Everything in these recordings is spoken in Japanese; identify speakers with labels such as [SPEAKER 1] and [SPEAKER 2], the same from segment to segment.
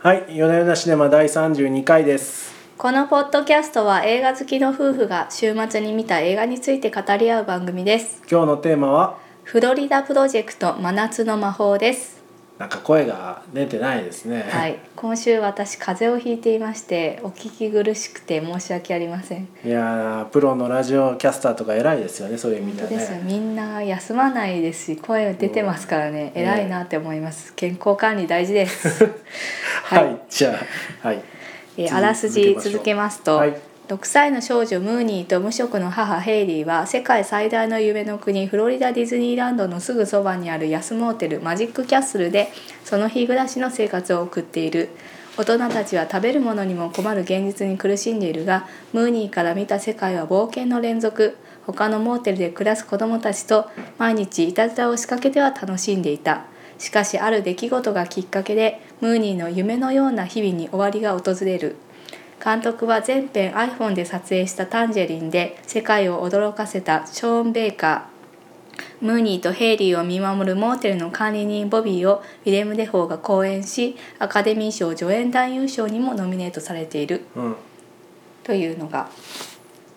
[SPEAKER 1] はい、夜な夜なシネマ第32回です。
[SPEAKER 2] このポッドキャストは映画好きの夫婦が週末に見た映画について語り合う番組です
[SPEAKER 1] 今日のテーマは、
[SPEAKER 2] フロリダプロジェクト真夏の魔法です
[SPEAKER 1] なんか声が出てないですね。
[SPEAKER 2] は。い、今週私風邪をひいていましてお聞き苦しくて申し訳ありません
[SPEAKER 1] いやー、プロのラジオキャスターとか偉いですよね、そういう意味で
[SPEAKER 2] 本当
[SPEAKER 1] は
[SPEAKER 2] ですよ
[SPEAKER 1] ね。
[SPEAKER 2] みんな休まないですし声出てますからね
[SPEAKER 1] うん
[SPEAKER 2] 偉いなって思います健康管理大事ですは い
[SPEAKER 1] はい、じゃあ、はい。
[SPEAKER 2] えー
[SPEAKER 1] 続
[SPEAKER 2] あらすじ
[SPEAKER 1] 続
[SPEAKER 2] 続
[SPEAKER 1] け
[SPEAKER 2] け
[SPEAKER 1] ま
[SPEAKER 2] ま
[SPEAKER 1] しょう
[SPEAKER 2] すと、
[SPEAKER 1] はい
[SPEAKER 2] 6歳の少女ムーニーと無職の母ヘイリーは世界最大の夢の国フロリダディズニーランドのすぐそばにある安モーテルマジックキャッスルでその日暮らしの生活を送っている大人たちは食べるものにも困る現実に苦しんでいるがムーニーから見た世界は冒険の連続他のモーテルで暮らす子どもたちと毎日いたずらを仕掛けては楽しんでいた。しかしある出来事がきっかけでムーニーの夢のような日々に終わりが訪れる監督は全編 iPhone で撮影した「タンジェリン」で世界を驚かせたショーン・ベイカームーニーとヘイリーを見守るモーテルの管理人ボビーをウィレム・デフォーが講演しアカデミー賞助演男優賞にもノミネートされている
[SPEAKER 1] うん。
[SPEAKER 2] というのが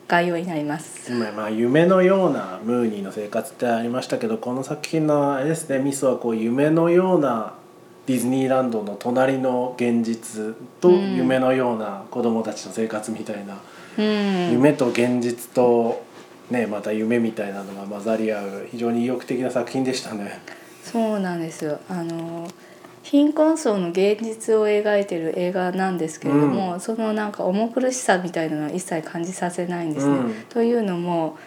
[SPEAKER 2] 概要になります。
[SPEAKER 1] 今まあ夢のようなムーニーの生活ってありましたけどこの作品のあれですねミスはこう夢のようなディズニーランドの隣の現実と
[SPEAKER 2] うん
[SPEAKER 1] 夢のような子供たちの生活みたいな、
[SPEAKER 2] うん、
[SPEAKER 1] 夢と現実と、ね、また夢みたいなのが混ざり合う非常に意欲的な作品でしたね。
[SPEAKER 2] そうなんですよあの貧困層の現実を描いてる映画なんですけれども、
[SPEAKER 1] うん
[SPEAKER 2] そのなんか重苦しさみたいなのは一切感じさせないんですね。
[SPEAKER 1] うん
[SPEAKER 2] というのも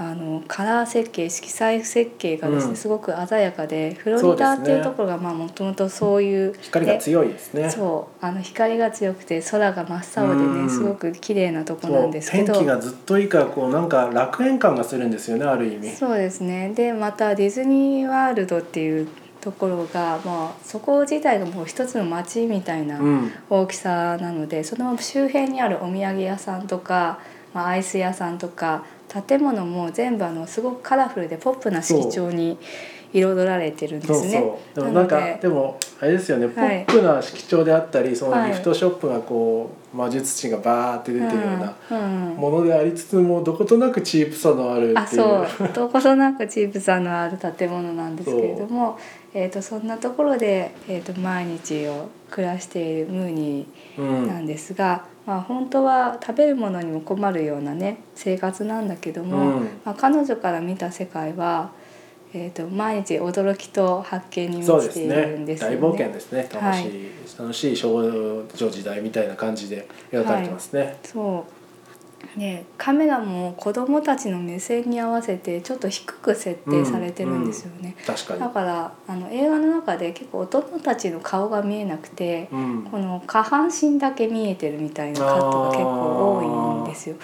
[SPEAKER 2] あのカラー設計色彩設計がですね、
[SPEAKER 1] うん
[SPEAKER 2] すごく鮮やかでフロ
[SPEAKER 1] そう
[SPEAKER 2] リ
[SPEAKER 1] です
[SPEAKER 2] ダ
[SPEAKER 1] ね
[SPEAKER 2] っていうところがもともとそういう
[SPEAKER 1] 光が
[SPEAKER 2] ね
[SPEAKER 1] 強いですね
[SPEAKER 2] そうあの光が強くて空が真っ青で
[SPEAKER 1] う
[SPEAKER 2] ね
[SPEAKER 1] ん
[SPEAKER 2] すごく綺麗なと
[SPEAKER 1] そ
[SPEAKER 2] こ
[SPEAKER 1] う
[SPEAKER 2] なんですけど
[SPEAKER 1] 天気がずっといいからこうなんか楽園感がするんですよねある意味。
[SPEAKER 2] そうですねでまたディズニーワールドっていうところが、まあ、そこ自体がもう一つの街みたいな
[SPEAKER 1] うん
[SPEAKER 2] 大きさなので、その周辺にあるお土産屋さんとか、まあ、アイス屋さんとか建物も全部あのすごくカラフルでポップな色調に彩られてるんですね。
[SPEAKER 1] そうそうでもなんか
[SPEAKER 2] なので
[SPEAKER 1] でもあれですよね、
[SPEAKER 2] はい
[SPEAKER 1] ポップな色調であったりその
[SPEAKER 2] はい
[SPEAKER 1] ギフトショップがこう魔術師がバーって出てるような
[SPEAKER 2] うんうん
[SPEAKER 1] ものでありつつもどことなくチープさのある
[SPEAKER 2] あ
[SPEAKER 1] っていう
[SPEAKER 2] そうどことなくチープさんのある建物なんですけれどもそ,、えー、とそんなところで、えー、と毎日を暮らしているムーニ
[SPEAKER 1] う
[SPEAKER 2] ー
[SPEAKER 1] ん
[SPEAKER 2] なんですが、まあ、本当は食べるものにも困るようなね生活なんだけども、
[SPEAKER 1] うん
[SPEAKER 2] まあ、彼女から見た世界は、えー、と毎日驚きと発見に
[SPEAKER 1] そう
[SPEAKER 2] 満
[SPEAKER 1] で
[SPEAKER 2] ちて
[SPEAKER 1] す
[SPEAKER 2] いる
[SPEAKER 1] ね
[SPEAKER 2] んですよね。
[SPEAKER 1] 大冒険ですね楽しい、
[SPEAKER 2] は
[SPEAKER 1] 楽しい少女時代みたいな感じで描かれてますね、
[SPEAKER 2] そうね、カメラも子どもたちの目線に合わせてちょっと低く設定されてるんですよね。
[SPEAKER 1] 確かに
[SPEAKER 2] だからあの映画の中で結構大人たちの顔が見えなくて、
[SPEAKER 1] うん
[SPEAKER 2] この下半身だけ見えてるみたいなカットが結構多いんですよ。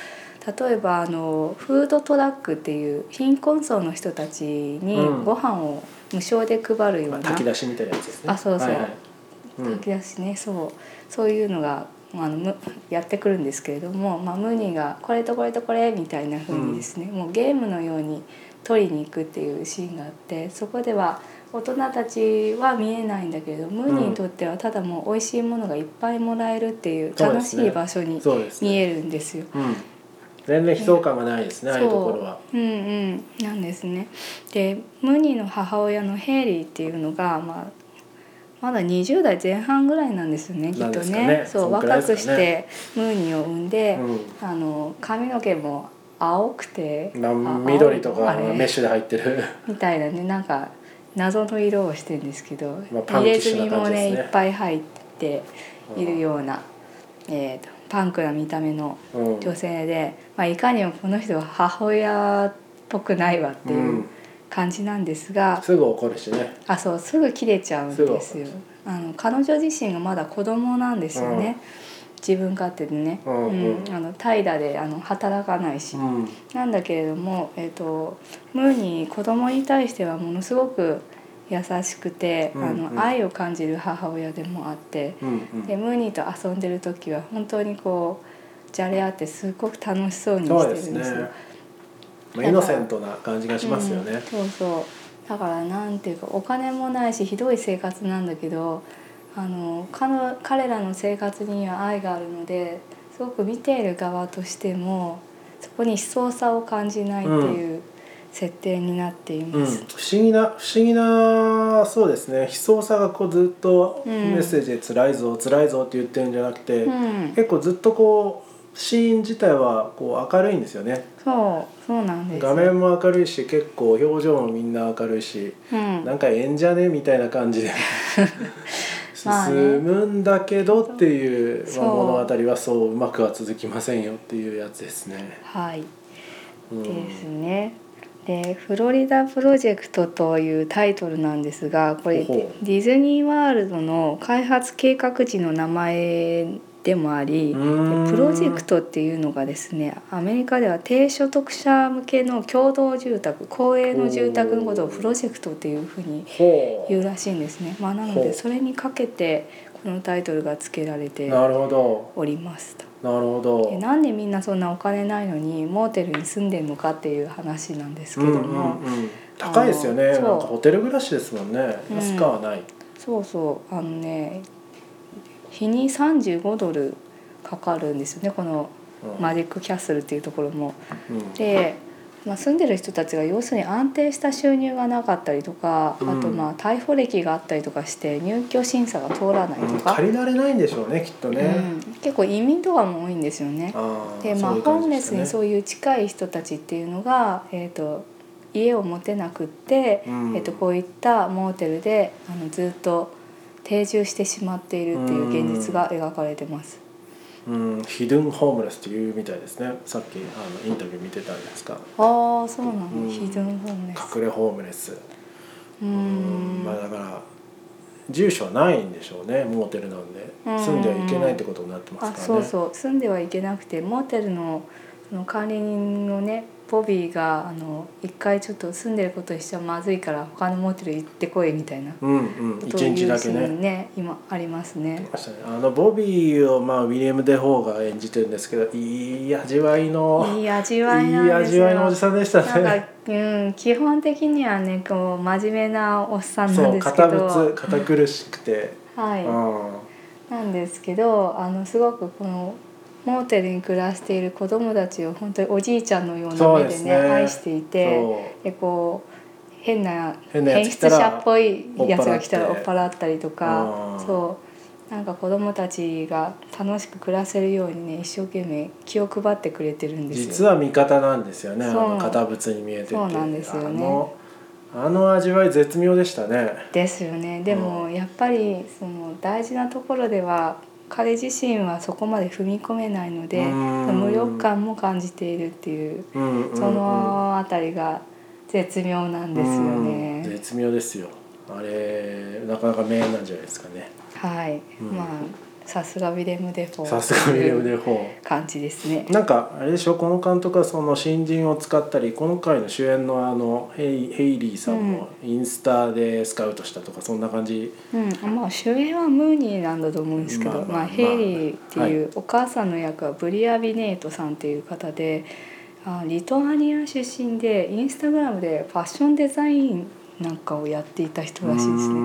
[SPEAKER 2] 例えばあのフードトラックっていう貧困層の人たちに
[SPEAKER 1] うん
[SPEAKER 2] ご飯を無償で配るよう
[SPEAKER 1] ま
[SPEAKER 2] な、
[SPEAKER 1] あ炊き出しみたいなやつですね
[SPEAKER 2] あそうそう
[SPEAKER 1] はいはいうん
[SPEAKER 2] 書き出しねそうそういうのがあのむやってくるんですけれども、まあ、ムーニーが「これとこれとこれ」みたいな風にですね、もうゲームのように取りに行くっていうシーンがあってそこでは大人たちは見えないんだけれどムーニーにとってはただもう美味しいものがいっぱいもらえるっていう
[SPEAKER 1] そうで
[SPEAKER 2] 楽
[SPEAKER 1] す
[SPEAKER 2] し
[SPEAKER 1] ね
[SPEAKER 2] い場所に
[SPEAKER 1] そうですね
[SPEAKER 2] 見えるんですよ。
[SPEAKER 1] うん、全然悲壮感がないですね、ああいうところは。
[SPEAKER 2] そううんうんなんですねでムニの母親のヘイリーっていうのが、まあ、まだ20代前半ぐらいなんですよねきっ
[SPEAKER 1] なん
[SPEAKER 2] と
[SPEAKER 1] ですか
[SPEAKER 2] ね
[SPEAKER 1] ね
[SPEAKER 2] そう
[SPEAKER 1] そんくらい
[SPEAKER 2] 若
[SPEAKER 1] で
[SPEAKER 2] く
[SPEAKER 1] す
[SPEAKER 2] し
[SPEAKER 1] かね
[SPEAKER 2] てムーニーを産んで、
[SPEAKER 1] う
[SPEAKER 2] あの髪の毛も青くて
[SPEAKER 1] ん、な
[SPEAKER 2] あ
[SPEAKER 1] 緑とか
[SPEAKER 2] 青いあれ
[SPEAKER 1] メッシュで入ってる
[SPEAKER 2] みたいなねなんか謎の色をしてるんですけど、
[SPEAKER 1] まあパンキ
[SPEAKER 2] 入
[SPEAKER 1] ッ
[SPEAKER 2] れ
[SPEAKER 1] シ
[SPEAKER 2] 墨
[SPEAKER 1] ュな
[SPEAKER 2] も
[SPEAKER 1] 感じですね
[SPEAKER 2] ねいっぱい入っているような、えーとパンクな見た目の
[SPEAKER 1] うん
[SPEAKER 2] 女性で、まあ、いかにもこの人は母親っぽくないわっていううん感じなんですが、
[SPEAKER 1] すぐ怒るしね
[SPEAKER 2] あそうすぐ切れちゃうんですよ
[SPEAKER 1] す
[SPEAKER 2] あの彼女自身がまだ子供なんですよね、
[SPEAKER 1] うん
[SPEAKER 2] 自分勝手でね、
[SPEAKER 1] うんうん
[SPEAKER 2] あの怠惰であの働かないし、
[SPEAKER 1] うん
[SPEAKER 2] なんだけれども、えー、とムーに子供に対してはものすごく優しくて、
[SPEAKER 1] うんう
[SPEAKER 2] あ
[SPEAKER 1] ん
[SPEAKER 2] の愛を感じる母親でもあって。
[SPEAKER 1] うんうん
[SPEAKER 2] でムーニーと遊んでる時は本当にこうじゃれ合ってすごく楽しそうに
[SPEAKER 1] そう
[SPEAKER 2] して
[SPEAKER 1] で
[SPEAKER 2] る
[SPEAKER 1] す
[SPEAKER 2] ん
[SPEAKER 1] ね
[SPEAKER 2] ですよ。
[SPEAKER 1] まあイノセントな感じがしますよね、
[SPEAKER 2] うんそうそうだからなんていうかお金もないしひどい生活なんだけどあの彼の彼らの生活には愛があるのですごく見ている側としてもそこに悲壮さを感じないっていう設定になってい
[SPEAKER 1] うん、
[SPEAKER 2] ま
[SPEAKER 1] 不
[SPEAKER 2] す。
[SPEAKER 1] 思議な不思議なそうですね悲壮さがこうずっと
[SPEAKER 2] う
[SPEAKER 1] メ
[SPEAKER 2] ん
[SPEAKER 1] ッセージで「辛いぞ辛いぞ」って言ってるんじゃなくて、
[SPEAKER 2] うん、
[SPEAKER 1] 結構ずっとこうシーン自体はこう明るいんですよね
[SPEAKER 2] そうそうなんです。
[SPEAKER 1] 画面も明るいし結構表情もみんな明るいし、
[SPEAKER 2] うん
[SPEAKER 1] なんかええんじゃねみたいな感じで
[SPEAKER 2] まあね
[SPEAKER 1] 進むんだけどっていう、まあ
[SPEAKER 2] そう
[SPEAKER 1] 物語はそううまくは続きませんよっていうやつですね。
[SPEAKER 2] はい、
[SPEAKER 1] うん
[SPEAKER 2] ですね。で「フロリダ・プロジェクト」というタイトルなんですがこれ
[SPEAKER 1] ほほ
[SPEAKER 2] ディズニー・ワールドの開発計画時の名前でもあり
[SPEAKER 1] うーん
[SPEAKER 2] プロジェクトっていうのがですねアメリカでは低所得者向けの共同住宅公営の住宅のことをプロジェクトっていうふうに
[SPEAKER 1] ほ
[SPEAKER 2] 言うらしいんですね、まあ、なの
[SPEAKER 1] ほ
[SPEAKER 2] で
[SPEAKER 1] う
[SPEAKER 2] それにかけてこのタイトルが付けられ
[SPEAKER 1] う
[SPEAKER 2] て
[SPEAKER 1] なるほど
[SPEAKER 2] おりました
[SPEAKER 1] なるほど。
[SPEAKER 2] でなんでみんなそんなお金ないのにモーテルに住んでんのかっていう話なんですけど
[SPEAKER 1] う
[SPEAKER 2] も、
[SPEAKER 1] んうんうん、高いですよね
[SPEAKER 2] あの
[SPEAKER 1] な
[SPEAKER 2] そ
[SPEAKER 1] ん
[SPEAKER 2] う
[SPEAKER 1] かホテル暮らしですもんね
[SPEAKER 2] うん
[SPEAKER 1] 安かはない、
[SPEAKER 2] そうそうあのね日に35ドルかかるんですよねこの
[SPEAKER 1] うん
[SPEAKER 2] マジックキャッスルっていうところも。
[SPEAKER 1] うん
[SPEAKER 2] で、まあ、住んでる人たちが要するに安定した収入がなかったりとかあと
[SPEAKER 1] うん
[SPEAKER 2] まあ逮捕歴があったりとかして入居審査が通らない
[SPEAKER 1] うん
[SPEAKER 2] とか、
[SPEAKER 1] 借りられないんでしょうねきっと
[SPEAKER 2] う
[SPEAKER 1] ね、
[SPEAKER 2] ん、結構移民とかも多いんですよね。
[SPEAKER 1] ああ
[SPEAKER 2] でま
[SPEAKER 1] そ
[SPEAKER 2] あ
[SPEAKER 1] ういう
[SPEAKER 2] ホ
[SPEAKER 1] 感
[SPEAKER 2] ー
[SPEAKER 1] じ
[SPEAKER 2] ム
[SPEAKER 1] で
[SPEAKER 2] レ
[SPEAKER 1] す
[SPEAKER 2] スに
[SPEAKER 1] ね
[SPEAKER 2] そういう近い人たちっていうのが、えー、と家を持てなくって、
[SPEAKER 1] うん
[SPEAKER 2] えー、とこういったモーテルであのずっと定住してしまっているっていう現実が描かれてます。
[SPEAKER 1] うん、ヒドゥンホームレスっていうみたいですねさっきあのインタビュー見てたんですか
[SPEAKER 2] ああそうなの、
[SPEAKER 1] うん
[SPEAKER 2] ヒドンホームレス。
[SPEAKER 1] 隠れホームレスう
[SPEAKER 2] う
[SPEAKER 1] んまあだから住所はないんでしょうねモーテルなんで
[SPEAKER 2] うん
[SPEAKER 1] 住んではいけないってことになってますから
[SPEAKER 2] あ
[SPEAKER 1] ね
[SPEAKER 2] そうそう住んではいけなくてモーテルのその管理人のねボビーがあの一回ちょっと住んでることにしちゃまずいから他のモーテル行ってこいみたいなこ
[SPEAKER 1] うんうん
[SPEAKER 2] とを言
[SPEAKER 1] 一
[SPEAKER 2] う
[SPEAKER 1] 日
[SPEAKER 2] シ
[SPEAKER 1] だけ
[SPEAKER 2] ー
[SPEAKER 1] ね
[SPEAKER 2] ンね今ありますね。
[SPEAKER 1] ましたねあのボビーを、まあ、ウィリアム・デ・ホーが演じてるんですけどいい味わいの
[SPEAKER 2] いい味わいなん
[SPEAKER 1] いい
[SPEAKER 2] です
[SPEAKER 1] 味
[SPEAKER 2] よ
[SPEAKER 1] わいのおじさんでしたね
[SPEAKER 2] なんか、うん、基本的にはねこう真面目なおっさんな
[SPEAKER 1] そ
[SPEAKER 2] ん
[SPEAKER 1] う
[SPEAKER 2] ですけ
[SPEAKER 1] 堅物
[SPEAKER 2] ど、
[SPEAKER 1] 堅苦しくて、
[SPEAKER 2] は
[SPEAKER 1] う
[SPEAKER 2] い、
[SPEAKER 1] ん
[SPEAKER 2] なんですけどあのすごくこのモーテルに暮らしている子供たちを本当におじいちゃんのような
[SPEAKER 1] そう
[SPEAKER 2] 目
[SPEAKER 1] で
[SPEAKER 2] ですね
[SPEAKER 1] ね
[SPEAKER 2] 愛していて
[SPEAKER 1] そ
[SPEAKER 2] でこう変な
[SPEAKER 1] 変なや
[SPEAKER 2] 変
[SPEAKER 1] つ来た
[SPEAKER 2] 質
[SPEAKER 1] ら
[SPEAKER 2] 者っぽいやつが来たら
[SPEAKER 1] 追
[SPEAKER 2] 追
[SPEAKER 1] っ払って
[SPEAKER 2] っ払ったりと
[SPEAKER 1] う
[SPEAKER 2] か
[SPEAKER 1] ん
[SPEAKER 2] そうなんか子供たちが楽しく暮らせるようにね一生懸命気を配ってくれてるん
[SPEAKER 1] う
[SPEAKER 2] です
[SPEAKER 1] 実
[SPEAKER 2] よ。
[SPEAKER 1] は味方なんですよねあ
[SPEAKER 2] そ
[SPEAKER 1] の
[SPEAKER 2] う
[SPEAKER 1] 堅物に見えてて
[SPEAKER 2] そうなんですよね
[SPEAKER 1] あのあの味わい絶妙でしたね
[SPEAKER 2] ですよねでもやっぱりその大事なところでは彼自身はそこまで踏み込めないので
[SPEAKER 1] うん
[SPEAKER 2] 無力感も感じているっていう
[SPEAKER 1] うんうんうん
[SPEAKER 2] そのあたりが絶妙なんですよ
[SPEAKER 1] うん
[SPEAKER 2] ね。
[SPEAKER 1] 絶妙ですよあれなかなか名演なんじゃないですかね
[SPEAKER 2] はい、
[SPEAKER 1] うん
[SPEAKER 2] まあさすがウィレム・デフォー
[SPEAKER 1] さすがウィリアム・デ・ホー
[SPEAKER 2] 感じですね。
[SPEAKER 1] なんかあれでしょこの監督はその新人を使ったり今回の主演のあのヘイヘイリーさんもインスタでスカウトしたとかそんな感じ、
[SPEAKER 2] うん、まあ主演はムーニーなんだと思うんですけど、
[SPEAKER 1] ま
[SPEAKER 2] ま
[SPEAKER 1] あ
[SPEAKER 2] あ
[SPEAKER 1] まあまあ
[SPEAKER 2] ヘイリーっていうお母さんの役はブリア・ビネートさんっていう方で、あリトアニア出身でインスタグラムでファッションデザインなんかをやっていた人らしいですね。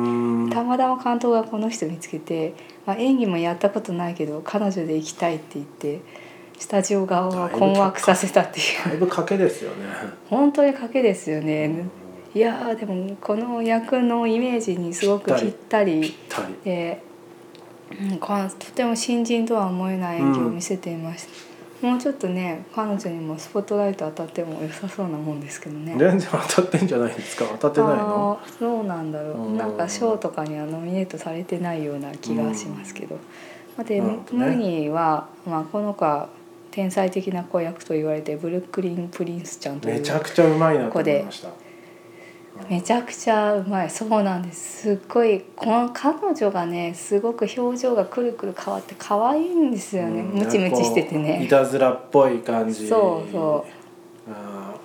[SPEAKER 1] ね
[SPEAKER 2] たまたま監督がこの人見つけて、まあ、演技もやったことないけど彼女で行きたいって言ってスタジオ側を困惑させたってい
[SPEAKER 1] だいうぶ賭けですよね。
[SPEAKER 2] 本当に賭けですよ
[SPEAKER 1] う
[SPEAKER 2] ね
[SPEAKER 1] ん、
[SPEAKER 2] いやーでもこの役のイメージにすごくぴった
[SPEAKER 1] ぴっ
[SPEAKER 2] り
[SPEAKER 1] たり。
[SPEAKER 2] で、うん、かとても新人とは思えない演技を見せていました、もうちょっとね彼女にもスポットライト当たっても良さそうなもんですけどね
[SPEAKER 1] 全然当たってんじゃないですか。当たってないの。
[SPEAKER 2] あーどうなんだろ
[SPEAKER 1] うん
[SPEAKER 2] うなんか賞とかにはノミネートされてないような気がしますけど、まあで
[SPEAKER 1] なる
[SPEAKER 2] ム
[SPEAKER 1] ほどね
[SPEAKER 2] ーニーは、まあ、この子は天才的な子役と言われてブルックリン・プリンスちゃんという
[SPEAKER 1] めちゃくちゃうまいなと思いました。
[SPEAKER 2] めちゃくちゃうまいそうなんですすっごいこの彼女がねすごく表情がくるくる変わって可愛いんですよね
[SPEAKER 1] うん
[SPEAKER 2] ムチムチしてて
[SPEAKER 1] なんかこうい
[SPEAKER 2] ね
[SPEAKER 1] たずらっぽい感じ。。
[SPEAKER 2] そうそう
[SPEAKER 1] あ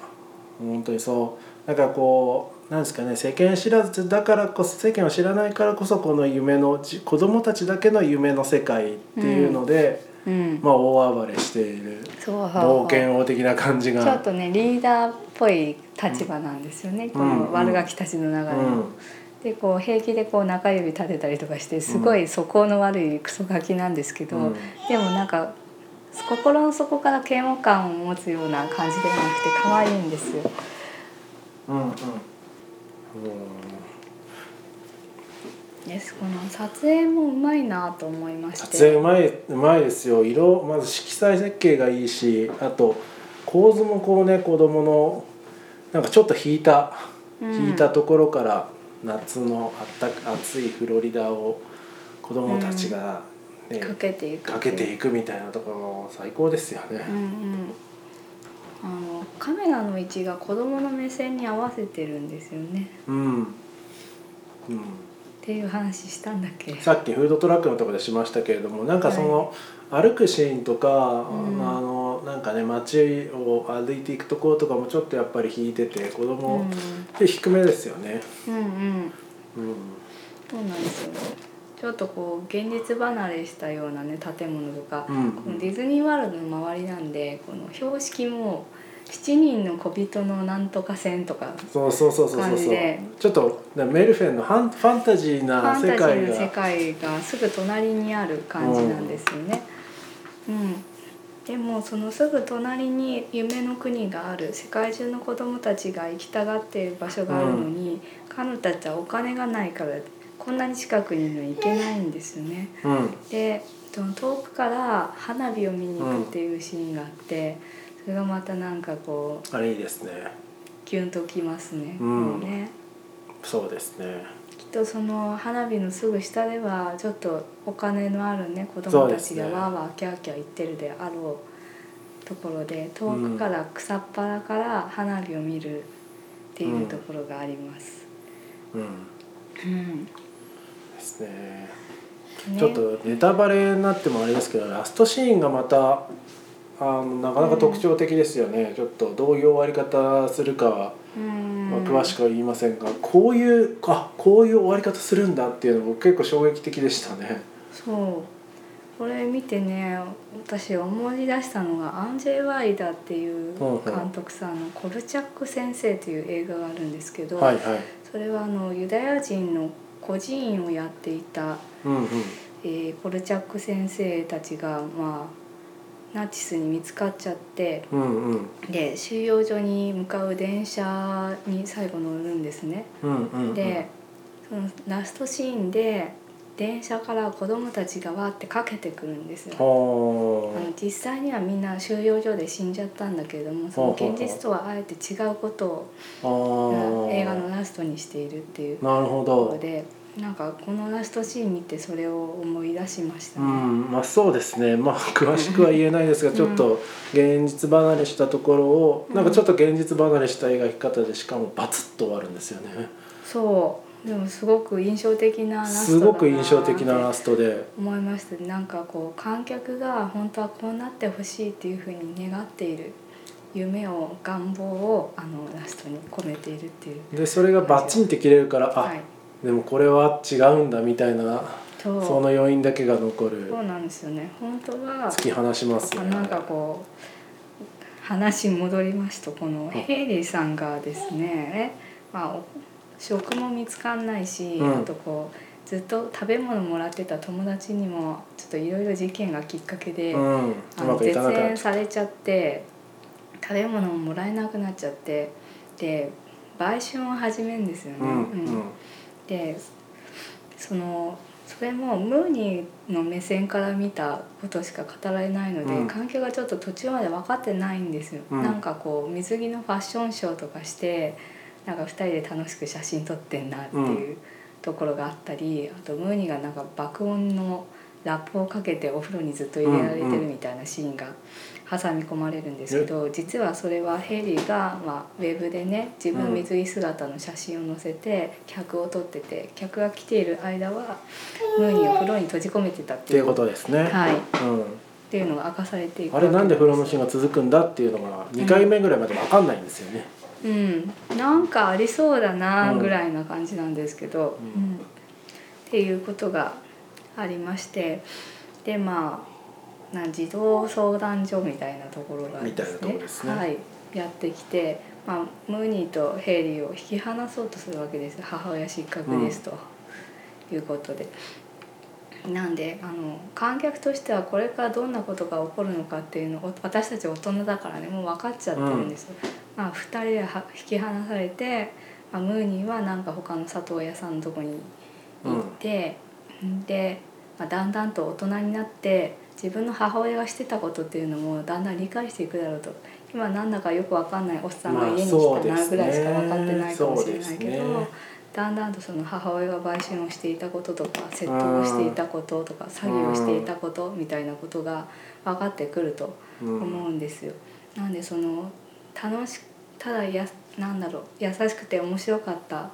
[SPEAKER 1] ー本当にそう。なんかこう。なんですかね世間知らずだからこそ世間を知らないからこそこの夢のじ子供たちだけの夢の世界っていうので、
[SPEAKER 2] うん
[SPEAKER 1] まあ大暴れしている
[SPEAKER 2] そう
[SPEAKER 1] 冒険王的な感じ
[SPEAKER 2] ちょっ
[SPEAKER 1] が、
[SPEAKER 2] とねリーダーっぽい立場なんですよね、この悪ガキたちの中で
[SPEAKER 1] う
[SPEAKER 2] も、
[SPEAKER 1] ん、
[SPEAKER 2] でこう平気でこう中指立てたりとかしてすごい素行の悪いクソガキなんですけど、
[SPEAKER 1] うん
[SPEAKER 2] でもなんか心の底から嫌悪感を持つような感じではなくて可愛いんですよ。
[SPEAKER 1] うんうんうん
[SPEAKER 2] ですこの撮影もうまいなと思いまして
[SPEAKER 1] 撮影うまいうまいですよ色まず色彩設計がいいしあと構図もこうね子供のなんかちょっと引いた
[SPEAKER 2] うん
[SPEAKER 1] 引いたところから夏のあったか暑いフロリダを子供たちが、ね
[SPEAKER 2] かけていく
[SPEAKER 1] かけていくみたいなところも最高ですよね。
[SPEAKER 2] うんうんあのカメラの位置が子供の目線に合わせてるんですよね
[SPEAKER 1] うん、うん
[SPEAKER 2] っていう話したんだっけ
[SPEAKER 1] さっきフードトラックのところでしましたけれどもなんかその歩くシーンとか、
[SPEAKER 2] うん
[SPEAKER 1] あのなんかね街を歩いていくところとかもちょっとやっぱり引いてて子供、で低めですよね。
[SPEAKER 2] うん、うんうん
[SPEAKER 1] うん
[SPEAKER 2] そうなんですよねちょっとこう現実離れしたようなね建物とか、
[SPEAKER 1] うん
[SPEAKER 2] このディズニーワールドの周りなんでこの標識も7人の小人のなんとか線とか
[SPEAKER 1] そうそうそうそうそう
[SPEAKER 2] 感じ
[SPEAKER 1] そう
[SPEAKER 2] で
[SPEAKER 1] ちょっとねメルフェンのファンファンタジー
[SPEAKER 2] ファ
[SPEAKER 1] な
[SPEAKER 2] ン
[SPEAKER 1] 世
[SPEAKER 2] タジー
[SPEAKER 1] 界
[SPEAKER 2] の
[SPEAKER 1] が
[SPEAKER 2] 世界がすぐ隣にある感じなんですよね。うん、でもそのすぐ隣に夢の国がある世界中の子どもたちが行きたがっている場所があるのに、彼女たちはお金がないからこんなに近くにいるの行けないんですよね。
[SPEAKER 1] うん
[SPEAKER 2] でその遠くから花火を見に行くっていうシーンがあって、それがまたなんかこう
[SPEAKER 1] あれいいですね
[SPEAKER 2] キュンときますね。
[SPEAKER 1] うん
[SPEAKER 2] こね
[SPEAKER 1] そうですね
[SPEAKER 2] きっとその花火のすぐ下ではちょっとお金のあるね子供たちが
[SPEAKER 1] そうですね
[SPEAKER 2] わーわーキャーキャー言ってるであろうところで遠くから草っぱらから花火を見るっていうところがあります。
[SPEAKER 1] うん
[SPEAKER 2] うん
[SPEAKER 1] ですね
[SPEAKER 2] ね
[SPEAKER 1] ちょっとネタバレになってもあれですけどラストシーンがまたあのなかなか特徴的ですよね、ちょっとどういう終わり方するかは、
[SPEAKER 2] うん
[SPEAKER 1] まあ、詳しくは言いませんが、こういうあこういう終わり方するんだっていうのも結構衝撃的でしたね。
[SPEAKER 2] そうこれ見てね私思い出したのがアンジェイ・ワイダっていう監督さんの「コルチャック先生」っていう映画があるんですけど、
[SPEAKER 1] はいはい、
[SPEAKER 2] それはあのユダヤ人の孤児院をやっていた、
[SPEAKER 1] うんうん
[SPEAKER 2] えーコルチャック先生たちが、まあ、ナチスに見つかっちゃって
[SPEAKER 1] うんうん
[SPEAKER 2] で収容所に向かう電車に最後乗るんですね。
[SPEAKER 1] うんうんうん
[SPEAKER 2] でそのラストシーンで電車から子供たちがわーってかけてくるんですよ。あの
[SPEAKER 1] は
[SPEAKER 2] 実際にはみんな収容所で死んじゃったんだけれどもその現実とはあえて違うことを
[SPEAKER 1] あああ
[SPEAKER 2] 映画のラストにしているっていう
[SPEAKER 1] なるほ
[SPEAKER 2] ところ
[SPEAKER 1] ど、
[SPEAKER 2] でなんかこのラストシーン見てそれを思い出しました
[SPEAKER 1] う
[SPEAKER 2] ね。
[SPEAKER 1] んまあ、そうですね、 まあ、詳しくは言えないですが、
[SPEAKER 2] うん
[SPEAKER 1] ちょっと現実離れしたところを、
[SPEAKER 2] うん
[SPEAKER 1] なんかちょっと現実離れした描き方でしかもバツッと終わるんですよね
[SPEAKER 2] そうでもすごく印象的なラ
[SPEAKER 1] す
[SPEAKER 2] ストだな
[SPEAKER 1] ごく印象的なラ
[SPEAKER 2] って
[SPEAKER 1] ストで
[SPEAKER 2] 思いましたなんかこう観客が本当はこうなってほしいっていうふうに願っている夢を願望をあのラストに込めているっていう
[SPEAKER 1] でそれがバチンって切れるから、
[SPEAKER 2] はい
[SPEAKER 1] あでもこれは違うんだみたいな
[SPEAKER 2] そう
[SPEAKER 1] その余韻だけが残る
[SPEAKER 2] そうなんですよね本当は
[SPEAKER 1] 突き放しますね
[SPEAKER 2] なんかこう話戻りますとこのヘイリーさんがですね、まあ、お職も見つかんないし、
[SPEAKER 1] うん
[SPEAKER 2] あとこうずっと食べ物もらってた友達にもちょっといろいろ事件がきっかけで、
[SPEAKER 1] うん、う
[SPEAKER 2] あ
[SPEAKER 1] ま
[SPEAKER 2] の
[SPEAKER 1] くい
[SPEAKER 2] 絶
[SPEAKER 1] かなか
[SPEAKER 2] 縁
[SPEAKER 1] った
[SPEAKER 2] されちゃって食べ物ももらえなくなっちゃってで売春を始めるんですよね。
[SPEAKER 1] うんう
[SPEAKER 2] うん
[SPEAKER 1] ん
[SPEAKER 2] でそのそれもムーニーの目線から見たことしか語られないので、
[SPEAKER 1] うん
[SPEAKER 2] 環境がちょっと途中まで分かってないんですよ、
[SPEAKER 1] うん
[SPEAKER 2] なんかこう水着のファッションショーとかしてなんか2人で楽しく写真撮ってんなっていううところがあったり、あとムーニーがなんか爆音のラップをかけてお風呂にずっと入れられてるみたいなシーンが挟み込まれるんですけど、実はそれはヘリが、まあ、ウェブでね自分の水着姿の写真を載せて客を撮ってて客が来ている間はムーニーを風呂に閉じ込めてたっ
[SPEAKER 1] ってて
[SPEAKER 2] い
[SPEAKER 1] いううことですね、
[SPEAKER 2] はい、っ
[SPEAKER 1] うん
[SPEAKER 2] ていうのが明かされていく
[SPEAKER 1] あれなんでフロムシー
[SPEAKER 2] ン
[SPEAKER 1] ンが続くんだっていうのが2回目ぐらいまで分かんないんですよね。
[SPEAKER 2] うんなんかありそうだなぐらいな感じなんですけど、
[SPEAKER 1] う
[SPEAKER 2] うんんっていうことがありましてでまあな児童相談所みたいなところが
[SPEAKER 1] みたいなところですね
[SPEAKER 2] はい、やってきてまあ、ムーニーとヘイリーを引き離そうとするわけです母親失格ですと、いうことでなんであの観客としてはこれからどんなことが起こるのかっていうのを私たち大人だからねもう分かっちゃってるんですよ、まあ、2人では引き離されて、まあ、ムーニーはなんか他の里親さんのとこに行って、で、まあ、だんだんと大人になって自分の母親がしてたことっていうのもだんだん理解していくだろうと今なんだかよくわかんないおっさんが家に来たなぐらいしか分かってないかもし
[SPEAKER 1] まあそう
[SPEAKER 2] れないけど、
[SPEAKER 1] ですねそうですね
[SPEAKER 2] だんだんとその母親が売春をしていたこととか窃盗をしていたこととか詐欺をしていたことみたいなことが分かってくると
[SPEAKER 1] うん
[SPEAKER 2] 思うんですよ。なんでその楽しただやなんだろう優しくて面白かった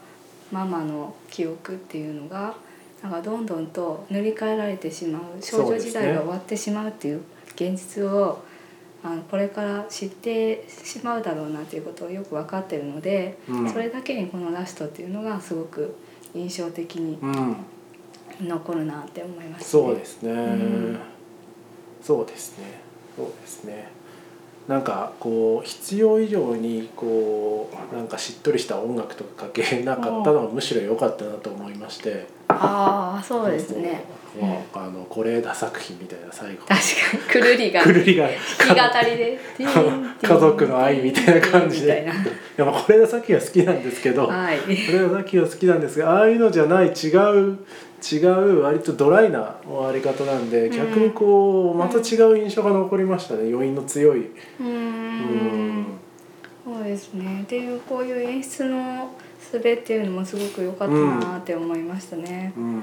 [SPEAKER 2] ママの記憶っていうのがなんかどんどんと塗り替えられてしまう少
[SPEAKER 1] そう
[SPEAKER 2] 女
[SPEAKER 1] ですね
[SPEAKER 2] 時代が終わってしまうっていう現実をあのこれから知ってしまうだろうなっていうことをよく分かってるので、
[SPEAKER 1] うん
[SPEAKER 2] それだけにこのラストっていうのがすごく印象的に
[SPEAKER 1] うん
[SPEAKER 2] 残るなって思いますね。
[SPEAKER 1] そうですね、
[SPEAKER 2] ん
[SPEAKER 1] そうですねそうですねなんかこう必要以上にこうなんかしっとりした音楽とかかけなかったのはむしろ良かったなと思いまして
[SPEAKER 2] ああそうですね。
[SPEAKER 1] そうまあ、あの是枝作品みたいな最後
[SPEAKER 2] 確かにくるりが
[SPEAKER 1] くるりが
[SPEAKER 2] 弾き語りでティーンティーン
[SPEAKER 1] 家族の愛みたいな感じで
[SPEAKER 2] みたい
[SPEAKER 1] いやまあ是枝作品は好きなんですけど
[SPEAKER 2] な はい
[SPEAKER 1] それはさっきは好きなんですがああいうのじゃない違う違う割とドライな終わり方なんで、
[SPEAKER 2] ん
[SPEAKER 1] 逆にこうまた違う印象が残りましたね余韻の強い、
[SPEAKER 2] うー
[SPEAKER 1] うん
[SPEAKER 2] そうですねっていうこういう演出の術っていうのもすごく良かったなって思いましたね、
[SPEAKER 1] うん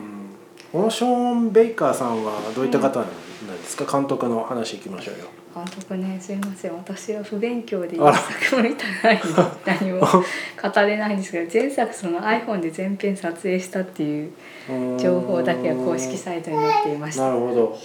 [SPEAKER 1] このショーン・ベイカーさんはどういった方なんですか、監督の話いきましょうよ。
[SPEAKER 2] 監督ねすいません私は不勉強で
[SPEAKER 1] あら
[SPEAKER 2] 一作も見たないので何も語れないんですけど前作その iPhone で全編撮影したっていう
[SPEAKER 1] うん
[SPEAKER 2] 情報だけが公式サイトに載っていました
[SPEAKER 1] なるほど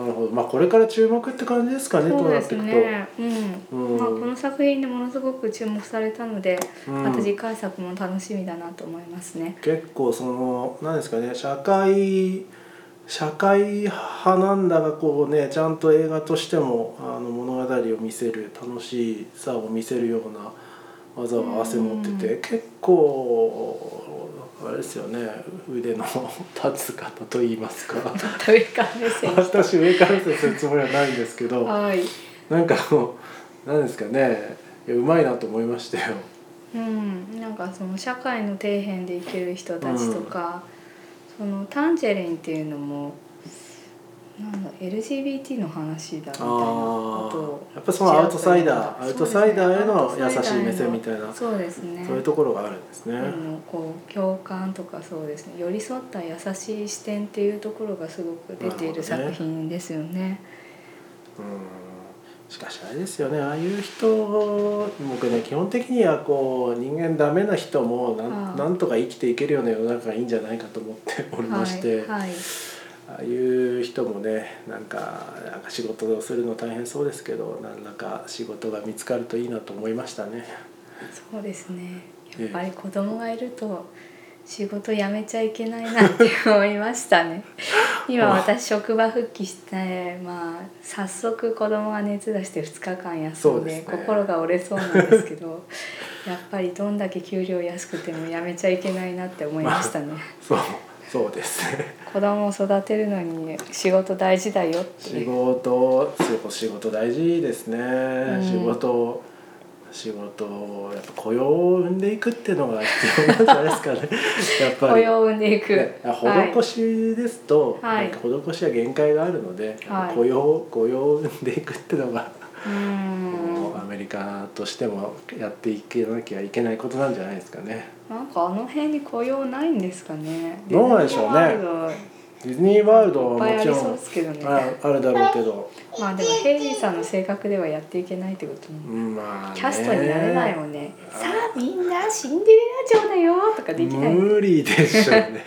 [SPEAKER 1] なるほどまあこれから注目って感じですかね
[SPEAKER 2] そうで
[SPEAKER 1] ど
[SPEAKER 2] す
[SPEAKER 1] うなっていくと。
[SPEAKER 2] ね。
[SPEAKER 1] う
[SPEAKER 2] う
[SPEAKER 1] ん
[SPEAKER 2] ん。まあこの作品でものすごく注目されたので、
[SPEAKER 1] うん
[SPEAKER 2] また次回作も楽しみだなと思いますね。
[SPEAKER 1] 結構その何ですかね社会社会派なんだがこうねちゃんと映画としてもあの物語を見せる楽しさを見せるような技を合わせ持ってて、
[SPEAKER 2] う
[SPEAKER 1] 結構あれですよね腕の 立つ方といいます か
[SPEAKER 2] 食べか目線。
[SPEAKER 1] 私上からするつもりはないんですけど
[SPEAKER 2] はい。
[SPEAKER 1] なんかもう何ですかねいやうまいなと思いましたよ。
[SPEAKER 2] うん。なんかその社会の底辺で生きる人たちとか、そのタンジェリンっていうのも。なんだ LGBT の話だみたいなことを
[SPEAKER 1] やっぱそのアウトサイダーアウ
[SPEAKER 2] そうですね
[SPEAKER 1] トサイダーへの
[SPEAKER 2] アウ
[SPEAKER 1] 優
[SPEAKER 2] ト
[SPEAKER 1] し
[SPEAKER 2] サ
[SPEAKER 1] い
[SPEAKER 2] イダーへの
[SPEAKER 1] 目線みたいな
[SPEAKER 2] そうですね
[SPEAKER 1] そういうところがあるんですね。
[SPEAKER 2] あのこう共感とかそうですね寄り添った優しい視点っていうところがすごく出てい
[SPEAKER 1] なる
[SPEAKER 2] る
[SPEAKER 1] ほど
[SPEAKER 2] 作
[SPEAKER 1] ね
[SPEAKER 2] 品ですよね。
[SPEAKER 1] うんしかしあれですよねああいう人僕ね基本的にはこう人間ダメな人もな
[SPEAKER 2] あ
[SPEAKER 1] ん
[SPEAKER 2] あ
[SPEAKER 1] なんとか生きていけるような世の中がいいんじゃないかと思っておりまして、
[SPEAKER 2] はい、はい、
[SPEAKER 1] ああいう人もねなんかなんか仕事をするの大変そうですけど何らか仕事が見つかるといいなと思いましたね。
[SPEAKER 2] そうですね
[SPEAKER 1] ええ
[SPEAKER 2] やっぱり子供がいると仕事辞めちゃいけないなって思いましたね 今私職場復帰して、まあ、早速子供が熱出して2日間休
[SPEAKER 1] そうん
[SPEAKER 2] で
[SPEAKER 1] ですね
[SPEAKER 2] 心が折れそうなんですけどやっぱりどんだけ給料安くても辞めちゃいけないなって思いましたね。
[SPEAKER 1] そうそうですね
[SPEAKER 2] 子供を育てるのに仕事大事だよって
[SPEAKER 1] 仕
[SPEAKER 2] いう
[SPEAKER 1] 事仕事大事ですね、
[SPEAKER 2] ん
[SPEAKER 1] 仕事仕事をやっぱ雇用を生んでいくっていうのが必要なんじゃないです かねやっぱ
[SPEAKER 2] 雇
[SPEAKER 1] り
[SPEAKER 2] 用を生んでいく、
[SPEAKER 1] ね施しですと、
[SPEAKER 2] はい
[SPEAKER 1] なんか施しは限界があるので、
[SPEAKER 2] はい
[SPEAKER 1] 雇用雇用を生んでいくっていうのが、
[SPEAKER 2] はい、うーん
[SPEAKER 1] アメリカとしてもやっていけなきゃいけないことなんじゃないですかね
[SPEAKER 2] なんかあの辺に雇用ないんですかね
[SPEAKER 1] どうなんでしょうね
[SPEAKER 2] ディズニーワール
[SPEAKER 1] ディズニーワールド
[SPEAKER 2] ド
[SPEAKER 1] はい
[SPEAKER 2] っぱい
[SPEAKER 1] もち
[SPEAKER 2] あり
[SPEAKER 1] ろ
[SPEAKER 2] そうんですけどね
[SPEAKER 1] ああるだろうけど、
[SPEAKER 2] まあでもヘイリーさんの性格ではやっていけないってことも、
[SPEAKER 1] うんまあね
[SPEAKER 2] キャストになれないもんねさあみんなシンデレラ城だよとかできない
[SPEAKER 1] 無理でしょうね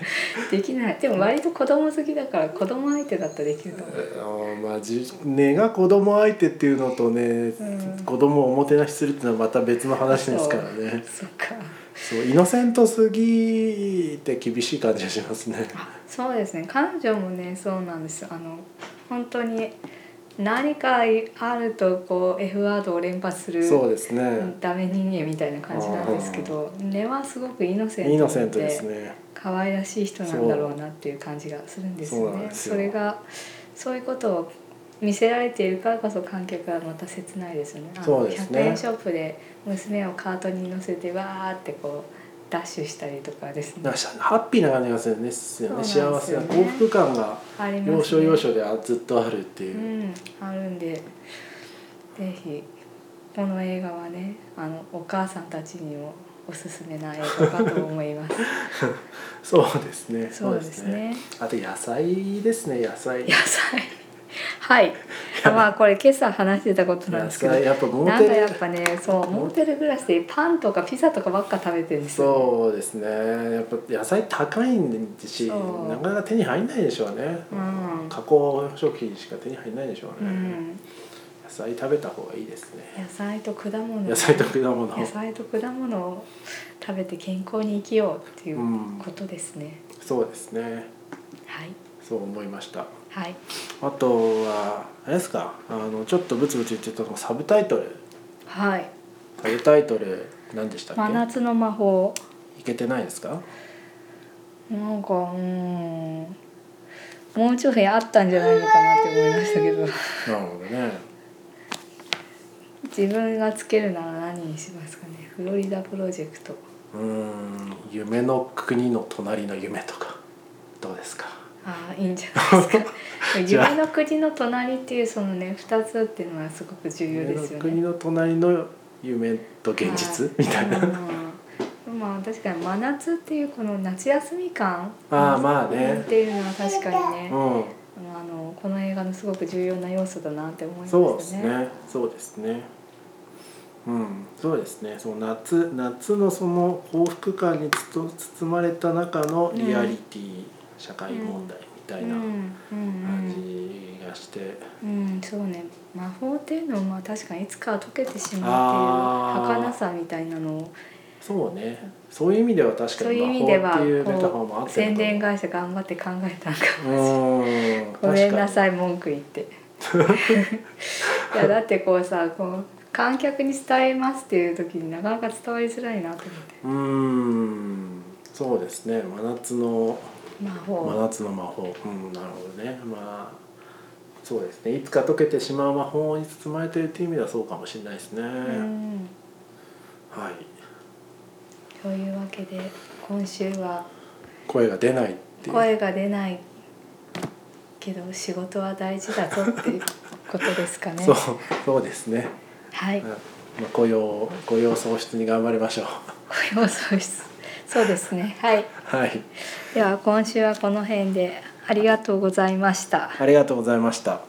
[SPEAKER 2] できないでも割と子供好きだから子供相手だったらできると思
[SPEAKER 1] あ
[SPEAKER 2] う
[SPEAKER 1] のまあじ根が子供相手っていうのとね、
[SPEAKER 2] ん
[SPEAKER 1] 子供をおもてなしするっていうのはまた別の話ですからね
[SPEAKER 2] そっか
[SPEAKER 1] そうイノセントすぎて厳しい感じがしますね
[SPEAKER 2] そうですね彼女もねそうなんですよあの本当に何かあるとこう F ワードを連発す る
[SPEAKER 1] そうですね、
[SPEAKER 2] ダメ人間みたいな感じなんですけど根はすごくイノセ
[SPEAKER 1] イ
[SPEAKER 2] ン
[SPEAKER 1] ノ
[SPEAKER 2] ト
[SPEAKER 1] セントで
[SPEAKER 2] です
[SPEAKER 1] ね
[SPEAKER 2] 可愛らしい人なんだろうなっていう感じがするんですよ
[SPEAKER 1] そうなん
[SPEAKER 2] ね。
[SPEAKER 1] です
[SPEAKER 2] そ
[SPEAKER 1] よ
[SPEAKER 2] れがそういうことを見せられているからこそ観客はまた切ないですよね。あの
[SPEAKER 1] そうですね
[SPEAKER 2] 100円ショップで娘をカートに乗せてわーってこうダッシュしたりとかですね
[SPEAKER 1] なん。かハッピーな感じがするんですよね
[SPEAKER 2] そうなん
[SPEAKER 1] 幸
[SPEAKER 2] です
[SPEAKER 1] せ
[SPEAKER 2] よ
[SPEAKER 1] な幸
[SPEAKER 2] ね
[SPEAKER 1] 福感が
[SPEAKER 2] ありますね
[SPEAKER 1] 要所要所でずっとあるっていうう、
[SPEAKER 2] ん、あるんでぜひこの映画はねあのお母さんたちにもおすすめな映画かと思います
[SPEAKER 1] そうですね
[SPEAKER 2] そうですね
[SPEAKER 1] あと野菜ですね野菜
[SPEAKER 2] 野菜はいまあこれ今朝話してたことなん
[SPEAKER 1] 野
[SPEAKER 2] ですけど
[SPEAKER 1] 菜やっぱモ
[SPEAKER 2] なんか
[SPEAKER 1] テ
[SPEAKER 2] やっぱねそうモーテル暮らしでパンとかピザとかばっか食べてるんですよ
[SPEAKER 1] そうですねやっぱ野菜高いんですし
[SPEAKER 2] そう
[SPEAKER 1] なかなか手に入んないでしょうね、
[SPEAKER 2] うん
[SPEAKER 1] 加工食品しか手に入んないでしょう
[SPEAKER 2] う
[SPEAKER 1] ね、
[SPEAKER 2] ん、
[SPEAKER 1] 野菜食べた方がいいですね
[SPEAKER 2] 野菜と果物
[SPEAKER 1] 野菜と果物
[SPEAKER 2] 野菜と果物を食べて健康に生きようっていうことですね、
[SPEAKER 1] そうですね
[SPEAKER 2] はい
[SPEAKER 1] そう思いました
[SPEAKER 2] はい
[SPEAKER 1] あとはあれですかあのちょっとブツブツ言ってたのサブタイトル
[SPEAKER 2] はい
[SPEAKER 1] サブタイトル何でしたっ
[SPEAKER 2] 真
[SPEAKER 1] け
[SPEAKER 2] 夏の魔法
[SPEAKER 1] いけてないですか
[SPEAKER 2] なんかうーんもうちょいあったんじゃないのかなって思いました けど
[SPEAKER 1] なるほどね
[SPEAKER 2] 自分がつけるなら何にしますかねフロリダプロジェクト
[SPEAKER 1] うーん夢の国の隣の夢とかどうですか
[SPEAKER 2] あーいいんじゃないですか
[SPEAKER 1] じゃあ
[SPEAKER 2] 夢の国の隣っていうそのね2つっていうのはすごく重要
[SPEAKER 1] 夢
[SPEAKER 2] で
[SPEAKER 1] の
[SPEAKER 2] すよ
[SPEAKER 1] 国
[SPEAKER 2] ね
[SPEAKER 1] の隣の夢と現実みたいな
[SPEAKER 2] うんまあ確かに真夏っていうこの夏休み感
[SPEAKER 1] ああまあね
[SPEAKER 2] っていうのは確かにね、
[SPEAKER 1] う
[SPEAKER 2] あのこの映画のすごく重要な要素だなって思いま
[SPEAKER 1] ん
[SPEAKER 2] し
[SPEAKER 1] そうです
[SPEAKER 2] たね。
[SPEAKER 1] ねそうですねうんそうですねその夏夏のその幸福感につと包まれた中のリアリティ社会問題みた
[SPEAKER 2] う
[SPEAKER 1] い
[SPEAKER 2] んう
[SPEAKER 1] なん感じがして
[SPEAKER 2] うんうんそうね魔法っていうのはまあ確かにいつかは溶けてしまう
[SPEAKER 1] あ
[SPEAKER 2] って
[SPEAKER 1] ー
[SPEAKER 2] いう儚さみたいなのを
[SPEAKER 1] そうねそういう意味では確
[SPEAKER 2] そ
[SPEAKER 1] か
[SPEAKER 2] う
[SPEAKER 1] に
[SPEAKER 2] いう意味
[SPEAKER 1] 魔
[SPEAKER 2] で
[SPEAKER 1] 法っ
[SPEAKER 2] は
[SPEAKER 1] ていうメタファーも合
[SPEAKER 2] こ
[SPEAKER 1] っ
[SPEAKER 2] う
[SPEAKER 1] てる
[SPEAKER 2] 宣
[SPEAKER 1] と
[SPEAKER 2] 伝会社頑張って考えたんか
[SPEAKER 1] う
[SPEAKER 2] も
[SPEAKER 1] ー
[SPEAKER 2] し
[SPEAKER 1] ん
[SPEAKER 2] れないごめんな
[SPEAKER 1] 確か
[SPEAKER 2] さい文句言っていやだってこうさこう観客に伝えますっていう時になかなか伝わりづらいなと思って
[SPEAKER 1] にうーんそうですね真夏の
[SPEAKER 2] 魔
[SPEAKER 1] 真
[SPEAKER 2] 法
[SPEAKER 1] 夏の魔法うんなるほどねまあそうですねいつか溶けてしまう魔法に包まれてるっていう意味ではそうかもしれないですね、
[SPEAKER 2] うん
[SPEAKER 1] はい
[SPEAKER 2] というわけで今週は
[SPEAKER 1] 声が出ないっていう
[SPEAKER 2] 声が出ないけど仕事は大事だぞっていうことですかね
[SPEAKER 1] そうそうですね、
[SPEAKER 2] はい
[SPEAKER 1] うんまあ、雇用雇用創出に頑張りましょう
[SPEAKER 2] 雇用創出 そうですねはい
[SPEAKER 1] はい
[SPEAKER 2] では今週はこの辺でありがとうございました
[SPEAKER 1] ありがとうございました